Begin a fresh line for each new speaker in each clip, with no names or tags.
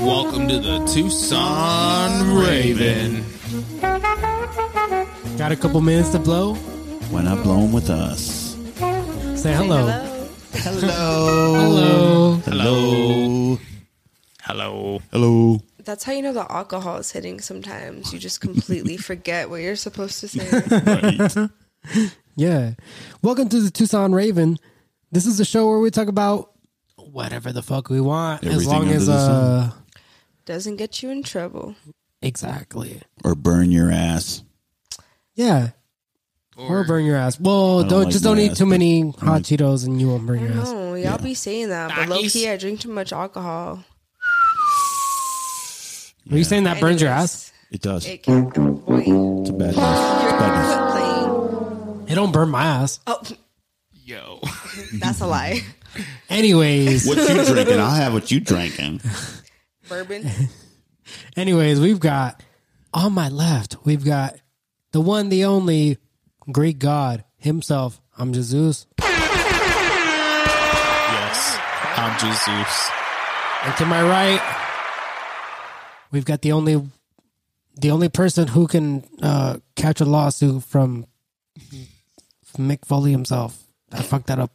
Welcome to the Tucson Raven.
Got a couple minutes to blow?
Why not blow 'em with us?
Say hello.
Hello.
Hello.
Hello.
Hello.
Hello.
That's how you know the alcohol is hitting sometimes. You just completely forget what you're supposed to say.
Yeah. Welcome to the Tucson Raven. This is the show where we talk about whatever the fuck we want as
Everything
long
under
as
the
uh
Doesn't get you in trouble.
exactly.
Or burn your ass.
Yeah. Or, burn your ass. Well,
don't
don't,
like
just don't
my
eat
ass,
too
but-
many hot Cheetos and you won't burn your ass.
No, y'all be saying that, but low
Takis.
key, I drink too much alcohol.
Are you saying that burns your ass?
Anyways,
It does.
It can wait. You're
it's a bad news. It's bad
quit playing.
It don't burn my ass.
Oh,
Yo.
that's a lie.
Anyways,
news. What you drinking? I'll have what you drinking.
Bourbon.
anyways, we've got on my left, we've got the one, the only Greek God himself. I'm Jesus.
Yes. I'm Jesus.
And to my right, we've got the only the only person who can uh, catch a lawsuit from Mick Foley himself. I fucked that up.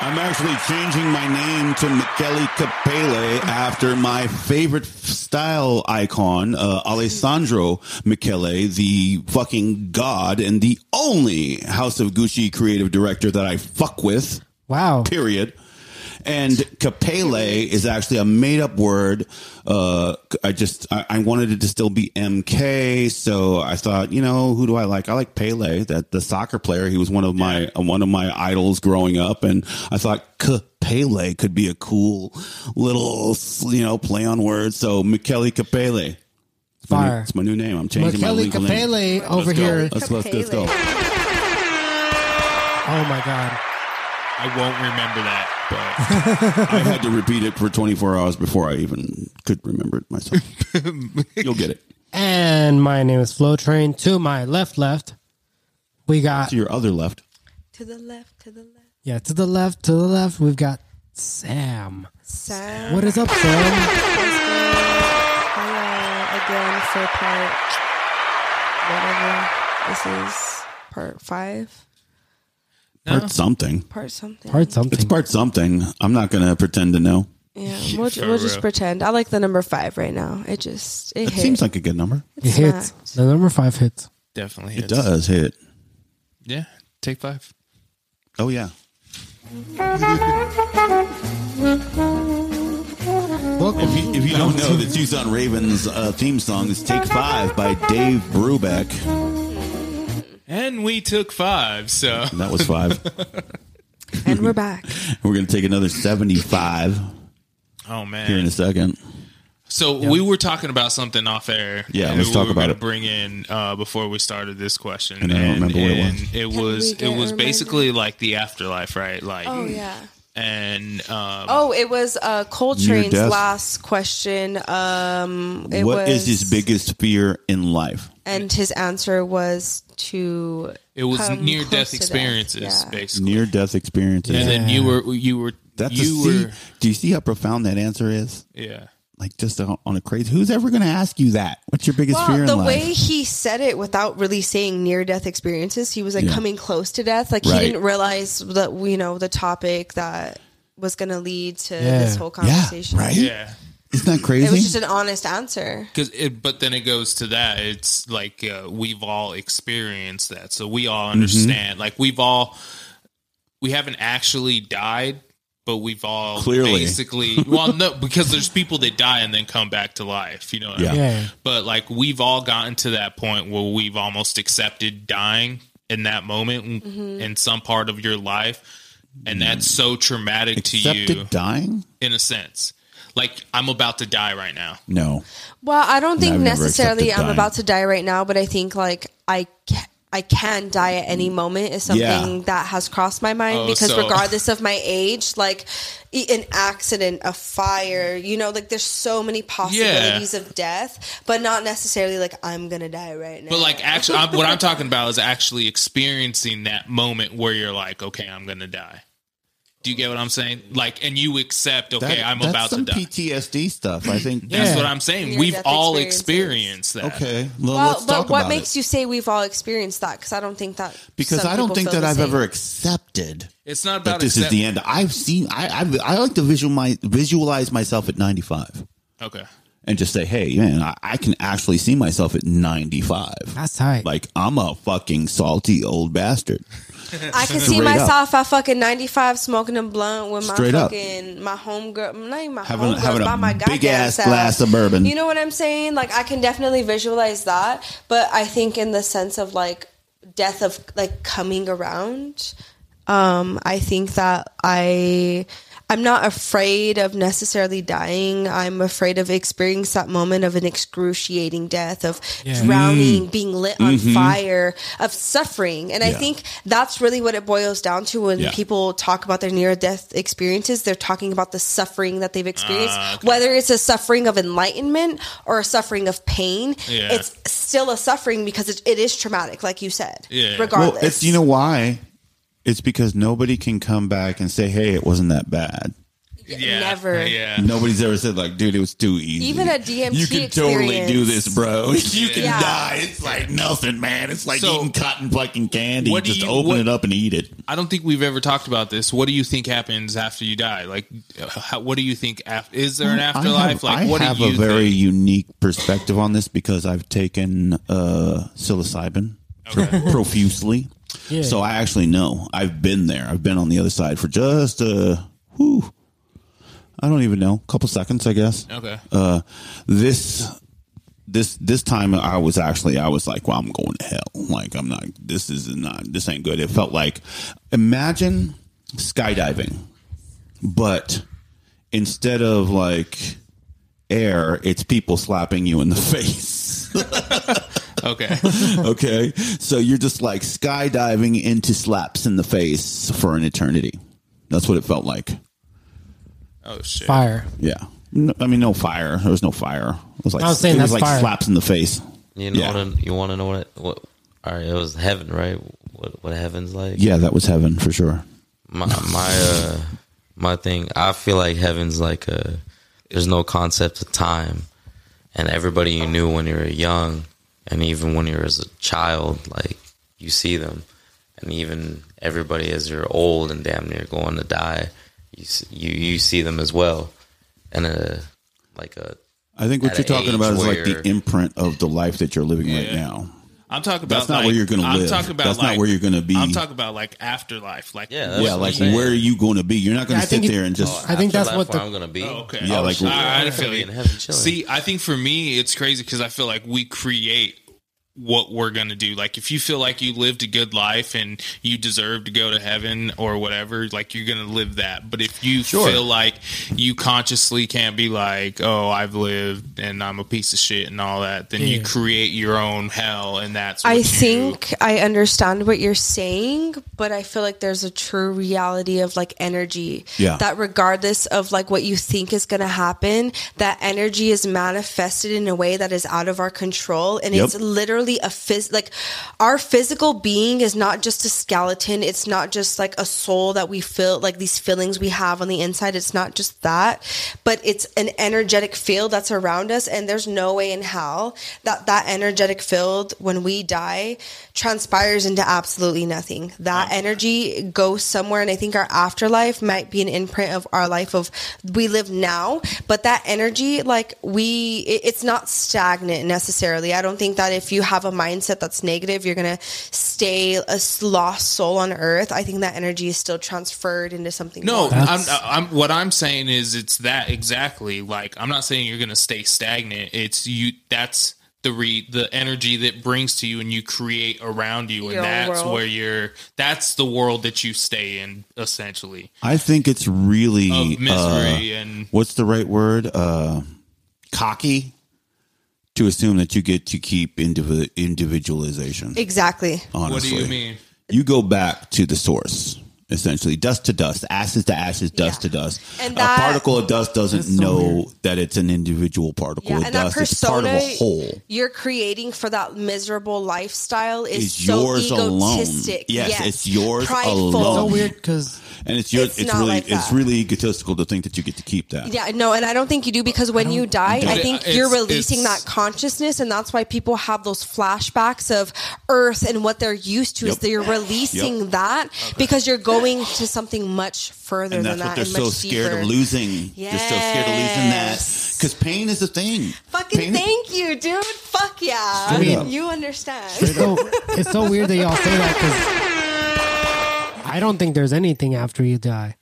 I'm actually changing my name to Michele Capele after my favorite f- style icon, uh, Alessandro Michele, the fucking god and the only House of Gucci creative director that I fuck with.
Wow.
period. And capele is actually a made up word. Uh, I just, I, I wanted it to still be MK. So I thought, you know, who do I like? I like Pele, that the soccer player. He was one of my, one of my idols growing up. And I thought capele could be a cool little, you know, play on words. So Michele Capele. It's my new-
Fire.
It's my new name. I'm changing my
Kelly
legal name.
Capele over
Let's go.
here.
Let's, let's, let's go.
Oh my god.
I won't remember that,
I had to repeat it for 24 hours before I even could remember it myself. You'll get it.
And my name is Flow Train. To my left, left, we got
To your other left.
to the left, to the left.
yeah. To the left, to the left, we've got Sam.
Sam.
What is up, Sam?
Let's go. Hello again for part whatever. This is part five,
No.
Part something.
part something.
Heard
It's
something.
part something. I'm not going to pretend to know.
yeah, we'll,
for
we'll
real.
just pretend. I like the number five right now. It just it,
It
hit.
seems like a good number.
It hits.
smacked.
The number five hits.
but definitely
It
is.
does hit.
Yeah. Take five.
Oh, yeah.
Welcome.
If you, if you don't know, the Tucson Ravens uh, theme song is Take Five by Dave Brubeck.
And we took five, so
That was five.
and we're back.
We're going to take another 75
oh man.
here in a second.
So we were talking about something off air.
Yeah,
that
let's
we
talk
were
about
gonna
it.
Bring in uh, before we started this question,
And I don't remember what it was.
and it
Can we
was.
get
It
a
was
reminder?
basically like the afterlife, right? Like,
Oh yeah.
and Mm. um,
Oh, it was
Near
uh, Coltrane's
death.
last question. Um,
What
it
is
was,
his biggest fear in life?
And his answer was to.
it was
come
near
close
death
to
experiences,
Yeah.
basically.
Near death experiences.
And then you were, you were,
That's
you
a C.
were,
Do you see how profound that answer is?
yeah.
like just on on a crazy. Who's ever going to ask you that? What's your biggest fear
Well,
in
the
life?
way he said it without really saying near death experiences, he was like
Yeah.
coming close to death. Like
Right.
he didn't realize that you know the topic that was going to lead to
Yeah.
this whole conversation.
right?
Yeah.
Isn't that
It was
crazy?
just an honest answer.
Cause it, but then it goes to that. It's like uh, we've all experienced that, so we
Mm-hmm.
all understand. Like we've all, we haven't actually died, but we've all
Clearly.
basically. Well, no, because there's people that die and then come back to life. You know. What I
Yeah.
mean?
Yeah.
But like we've all gotten to that point where we've almost accepted dying in that moment in some part of your life, and that's so traumatic to you
Mm. Accepted dying?
in a sense. Like I'm about to die right now.
No.
Well, I don't think
I've never
necessarily
accepted
I'm
dying.
about to die right now, but I think like I ca- I can die at any moment is something
Yeah.
that has crossed my mind
Oh,
because
so-
regardless of my age, like e- an accident, a fire, you know, like there's so many possibilities of death, but not necessarily like I'm gonna die right now.
But like, actually, I'm, what I'm talking about is actually experiencing that moment where you're like, okay, I'm gonna die. Do you get what I'm saying? Like, and you accept, okay,
That-
I'm
that's
about to
some
die.
PTSD stuff. I think.
That's
Yeah.
what I'm saying.
Near
We've
death
all
experiences.
experienced that.
Okay. Well,
well,
let's
but
talk
what
about
makes
it.
you say we've all experienced that? Because I don't think that
Because
some
I don't
people
think that
feel the
I've
same.
ever accepted
It's not about
that this is
accept-
the end. I've seen. I I, I like to visual my, visualize myself at ninety five
Okay.
and just say, hey, man, I, I can actually see myself at ninety five.
That's tight.
Like I'm a fucking salty old bastard.
I can see
Straight
myself at fucking 95 smoking a blunt with my
Straight up.
fucking my homegirl, not even my
Having-
homegirl,
having a
by my goddamn
big-ass
self.
glass of bourbon.
You know what I'm saying? Like I can definitely visualize that, but I think in the sense of like death of like coming around, um, I think that I I'm not afraid of necessarily dying. I'm afraid of experiencing that moment of an excruciating death, of
Yeah.
drowning, being lit on fire, of suffering. And I
Mm. Mm-hmm. Yeah.
think that's really what it boils down to when
Yeah.
people talk about their near death experiences. They're talking about the suffering that they've experienced,
Ah, okay.
whether it's a suffering of enlightenment or a suffering of pain.
Yeah.
It's still a suffering because it, it is traumatic, like you said.
Yeah.
Regardless,
Well, it's you know why? It's because nobody can come back and say, "Hey, it wasn't that bad."
Yeah.
Never.
Yeah.
Nobody's ever said like, "Dude, it was too easy."
Even a DMT
you can totally do
experience.
this, bro. You can
Yeah.
die. It's like nothing, man. It's like
So-
eating cotton fucking candy.
What do
Just
you-
open
what-
it up and eat it.
I don't think we've ever talked about this. What do you think happens after you die? Like, uh, how, what do you think? Af- is there an
I
afterlife?
have,
like,
I
what
have
do you
a very
think?
unique perspective on this because I've taken uh, psilocybin pro- profusely,
Yeah.
so I actually know. I've been there. I've been on the other side for just uh, whew, I don't even know, a couple seconds, I guess.
Okay.
Uh, this. This this time I was actually I was like, well, I'm going to hell. Like I'm not. This is not. This ain't good. It felt like, imagine skydiving, but instead of like air, it's people slapping you in the face.
Okay.
okay. So you're just like skydiving into slaps in the face for an eternity. That's what it felt like.
Oh shit.
Fire.
Yeah. No, I mean, no fire. There was no fire. It was like,
I was saying
it was
that's
like
fire.
slaps in the face.
You know,
Yeah.
wanna, you want to know what, it- what? All right, it was heaven, right? What what heaven's like?
Yeah, that was heaven for sure.
My my uh, my thing. I feel like heaven's like a. There's no concept of time, and everybody you knew when you were young, and even when you were as a child, like you see them, and even everybody as you're old and damn near going to die, you s- you you see them as well, and a like uh, a
I think what
At
you're
an
talking about
age
is like
where
the
you're-
imprint of the life that you're living right
Yeah.
now.
I'm talking about.
That's not
like-
where you're gonna
I'm
live.
Talking about
That's not
like-
where you're gonna be.
I'm talking about like afterlife. Like
Yeah,
yeah.
that's
yeah,
what
like
I'm saying.
where are you going to be? You're not going
Yeah, I
to sit
think it-
there and just.
I think that's
afterlife
what
where
the-
I'm gonna be.
Oh, okay.
Yeah,
Oh,
like-
shit. I, I
I'm gonna
feel
be
you.
in heaven chilling.
See, I think for me, it's crazy because I feel like we create what we're going to do. Like, if you feel like you lived a good life and you deserve to go to heaven or whatever, like, you're going to live that. But if you feel like you consciously can't be like, oh, I've lived and I'm a piece of shit and all that, then you
Yeah.
create your own hell. And that's what
I
you-
think I understand what you're saying, but I feel like there's a true reality of like energy.
Yeah.
That regardless of like what you think is going to happen, that energy is manifested in a way that is out of our control. And
Yep.
it's literally a phys, like our physical being is not just a skeleton. It's not just like a soul that we feel, like these feelings we have on the inside. It's not just that, but it's an energetic field that's around us. And there's no way in hell that that energetic field, when we die, transpires into absolutely nothing. That energy goes somewhere. And I think our afterlife might be an imprint of our life of we live now, but that energy, like we, it- it's not stagnant necessarily. I don't think that if you have a mindset that's negative, you're going to stay a s- lost soul on earth. I think that energy is still transferred into something.
No,
more.
I'm,
That's-
I'm, what I'm saying is it's that exactly. Like I'm not saying you're going to stay stagnant. It's you. That's the re the energy that brings to you, and you create around you,
Your own
and that's
world.
where you're. That's the world that you stay in, essentially,
I think it's really
of
uh,
misery and
what's the right word? Uh, cocky to assume that you get to keep indiv- individualization.
Exactly.
Honestly.
What do you mean?
You go back to the source, essentially, dust to dust, ashes to ashes, dust
Yeah.
to dust.
And
a
that-
particle of dust doesn't
That's so
know
weird.
that it's an individual particle
Yeah,
of
and that
dust. it's part of
persona
a whole.
you're creating for that miserable lifestyle is,
Is
so
yours alone.
egotistic.
Yes, it's yours alone.
So weird because
And it's your,
It's
it's,
not
really
like that.
it's really egotistical to think that you get to keep that.
Yeah, no, and I don't think you do because when you die, I
it.
think
It's-
you're releasing
it's-
that consciousness, and that's why people have those flashbacks of Earth and what they're used to. Is
Yep.
that you're releasing that because you're going to something much further
And
than
that's what
that
they're
and
so
much
scared
deeper.
of losing. They're so scared of losing that
Yes.
because pain is a thing.
Fucking
pain
thank you, dude. Fuck yeah,
Straight up.
you understand.
so, it's so weird that y'all say that because I don't think there's anything after you die.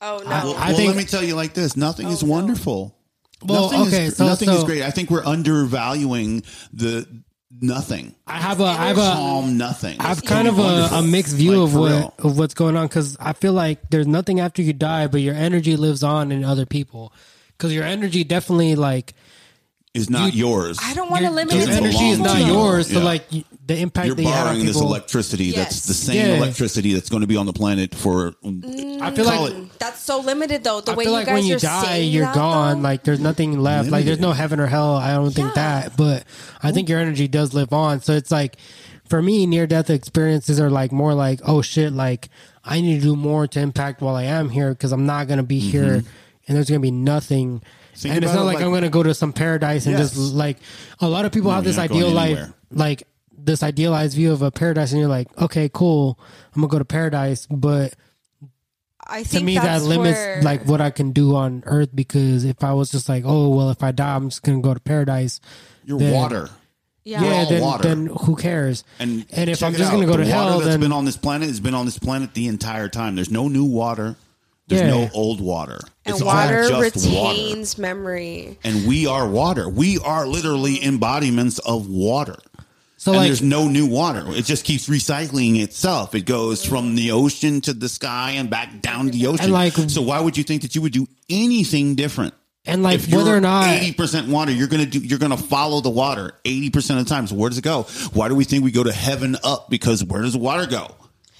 Oh no,
Well,
I
well,
think-
let me tell you like this: nothing is
Oh, no.
wonderful.
Well,
nothing
okay,
is,
so-
nothing is
so-
great. I think we're undervaluing the nothing,
I have a, I have a,
calm nothing.
I've
It's
kind of a,
wonderful.
a mixed view
Like,
of
for
what
real.
of what's going on because I feel like there's nothing after you die, but your energy lives on in other people. Because your energy definitely like
is not yours.
I don't want to
your,
limit
your
it
doesn't
to
energy is
belong
not
to you.
yours. So
Yeah.
like y- the impact
You're
that you have on
borrowing this
people.
electricity that's
Yes. Mm.
the same
Yeah.
electricity that's going to be on the planet for.
I feel like
That's so limited, though. The
I
way
feel
you
like
guys
when you
are
die,
saying
you're
that,
gone.
though.
Like there's nothing left. Like there's no heaven or hell. I don't think
Yeah.
that. But I think your energy does live on. So it's like for me, near death experiences are like more like oh shit, like I need to do more to impact while I am here because I'm not gonna be here
Mm-hmm.
and there's gonna be nothing.
Think
and it's not
about it
like,
like-
I'm gonna go to some paradise and
Yes.
just like a lot of people have
you're
this
not going
ideal life
anywhere.
like this idealized view of a paradise and you're like okay cool i'm gonna go to paradise but
I
to
think
me that
that's
limits
where-
like what I can do on earth because if I was just like, oh well, if I die, I'm just gonna go to paradise.
your
then-
water.
yeah,
Yeah,
all
then,
water.
then who cares?
And,
if
check
I'm
it
just
out,
gonna go
the
to hell,
water that's
then
been on this planet has been on this planet the entire time. There's no new water. There's
Yeah.
no old water.
and
it's
water
all just water.
retains memory.
And we are water. We are literally embodiments of water.
so
and
like
there's no new water. It just keeps recycling itself. It goes from the ocean to the sky and back down to the ocean.
And like-
so why would you think that you would do anything different?
and like
If
whether
you're
or not
eighty percent water, you're gonna do. You're gonna follow the water eighty percent of the time. So where does it go? Why do we think we go to heaven up? Because where does the water go?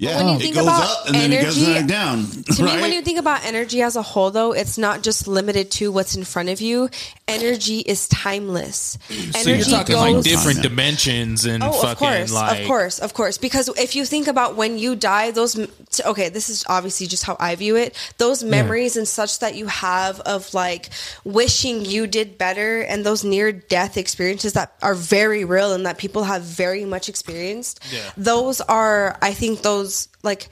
Yeah,
when you
it
think
goes
about
up and then it goes
energy,
back down.
To
right?
me, when you think about energy as a whole, though, it's not just limited to what's in front of you. Energy is timeless.
So you're
Energy
talking
goes.
like different
Yeah.
dimensions and
Oh,
fucking
of course,
like
of course, of course. Because if you think about when you die, those m- t- okay, this is obviously just how I view it. Those memories and such that you have of like wishing you did better, and those near death experiences that are very real and that people have very much experienced.
Yeah.
Those are, I think, those like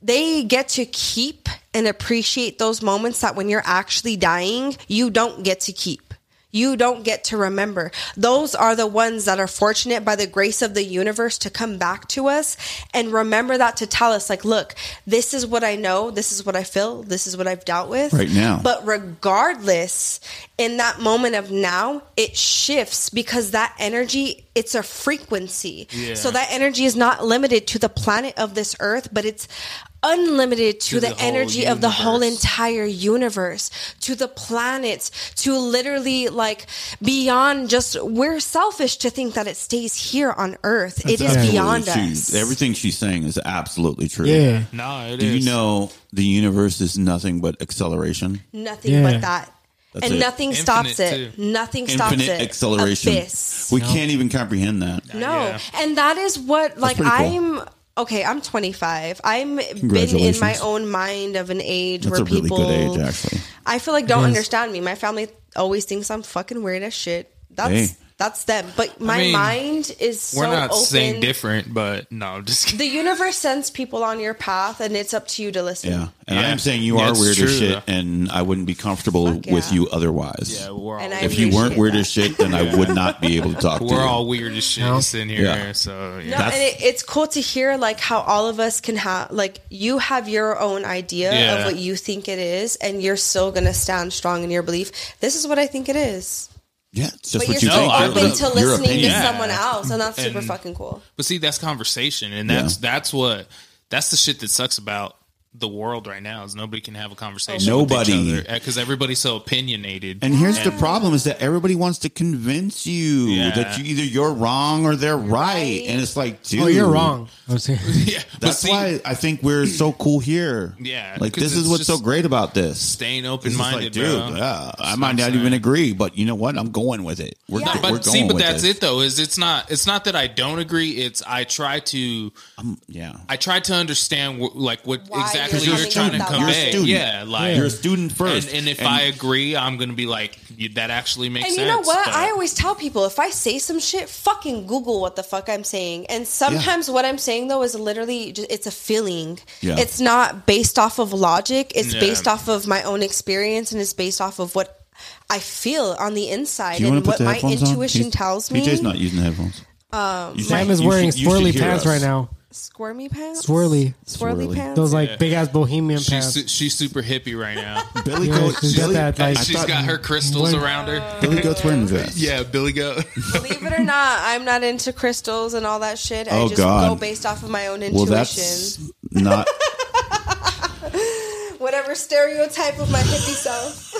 they get to keep and appreciate those moments that when you're actually dying, you don't get to keep. You don't get to remember. Those are the ones that are fortunate by the grace of the universe to come back to us and remember that to tell us, like, look, this is what I know, this is what I feel, this is what I've dealt with.
Right now.
But regardless, in that moment of now, it shifts because that energy, it's a frequency.
Yeah.
So that energy is not limited to the planet of this earth, but it's unlimited to,
To
the,
the whole
energy of the whole
universe.
entire universe, to the planets, to literally like beyond just we're selfish to think that it stays here on earth. it is
Absolutely.
beyond
She-
us.
Everything she's saying is absolutely true.
yeah,
No, it is.
Do you know the universe is nothing but acceleration?
nothing
Yeah.
but that.
That's
and
it.
nothing
Infinite,
stops it.
too.
Nothing stops
Infinite
it.
acceleration.
Abyss.
We can't even comprehend that.
No.
Yeah.
And that is what like
Uh, pretty cool.
I'm okay, I'm 25. I'm been in my
Congratulations.
own mind of an age
That's
where
a really
people
good age, actually.
I feel like don't
is.
understand me. My family always thinks I'm fucking weird as shit. That's
Hey.
that's them. But my
mean,
mind is
We're
so
not
open.
saying different, but no, I'm just kidding.
The universe sends people on your path and it's up to you to listen.
Yeah. And I
Yeah.
am saying you
Yeah,
are
it's
weird
true,
as shit,
though.
and I wouldn't be comfortable
Fuck
with
yeah.
you otherwise.
Yeah, we're all
And I
if you weren't
Appreciate
weird
that.
as shit, then I would not be able to talk to
we're
you.
all weird as shit sitting here.
Yeah.
So
No,
yeah.
and it, it's cool to hear like how all of us can have like you have your own idea
Yeah.
of what you think it is, and you're still gonna stand strong in your belief. This is what I think it is,
yeah, it's just what
but you're
you
still
think.
No, I-
open
Your-
to
your
listening to
opinion.
Yeah.
someone else, and that's super
And-
fucking cool.
But see, that's conversation, and that's that's what that's the shit that sucks about the world right now is nobody can have a conversation.
Nobody.
because uh, everybody's so opinionated.
And here's the problem is that everybody wants to convince you
Yeah.
that you either you're wrong or they're right.
Right.
And it's like, dude,
Oh, you're wrong. I'm serious.
yeah, but
That's
see,
why I think we're so cool here.
Yeah,
Like
'cause
this is
it's
what's so
just
great about this.
staying
It's
open
just
minded,
like,
bro.
yeah, I
That's what
might
I'm
not even
saying.
agree, but you know what? I'm going with it. We're,
Yeah.
go-
But
we're going
see, but
with
that's
this.
it though. Is it's not it's not that I don't agree. It's I try to
Yeah.
I try to understand wh- like what
Why
exactly
you're
you're, trying
coming up
to
with that
You're a
convey.
student.
Yeah, like
You're a student first.
And, and if I agree, I'm going to be like "You- that. Actually makes
And
sense.
you know what?
but-
I always tell people if I say some shit, fucking Google what the fuck I'm saying. And sometimes what I'm saying though is literally just, it's a feeling.
Yeah.
It's not based off of logic. It's
Yeah.
based off of my own experience and it's based off of what I feel on the inside
Do you want
and
to put
what
the
my
headphones on?
intuition
He's-
tells me.
PJ's not using the headphones. Um,
Sam is wearing swirly pants right now.
Squirmy pants.
Swirly.
Swirly,
Swirly.
pants.
Those like big ass bohemian
she's
pants.
su- she's super hippie right now.
Billy
Yeah,
Goat.
she's got
Billy,
that, like-
I
She's
thought
got her crystals
When-
around her.
Billy Goat's wearing a vest.
Yeah, Billy Goat.
Believe it or not, I'm not into crystals and all that shit. I
Oh,
just
God.
go based off of my own intuition.
Well, that's not.
Whatever stereotype of my hippie self.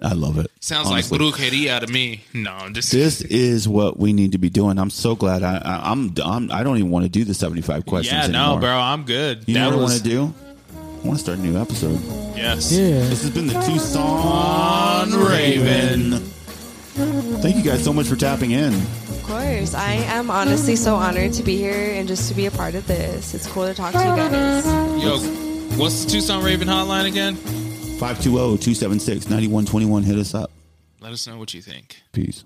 I love it.
Sounds
Honestly.
like brujeria to me. No, I'm just
This is what we need to be doing. I'm so glad. I, I, I'm, I'm. I don't even want to do the 75 questions
yeah, no,
anymore.
bro, I'm good.
You know
that
what
was
I want to do? I want to start a new episode.
yes.
Yeah.
This has been the Tucson Raven. Thank you guys so much for tapping in.
Of course. I am honestly so honored to be here and just to be a part of this. It's cool to talk to you guys.
Yo, what's the Tucson Raven hotline again?
oh, 520 276 9121. Hit us up.
Let us know what you think.
Peace.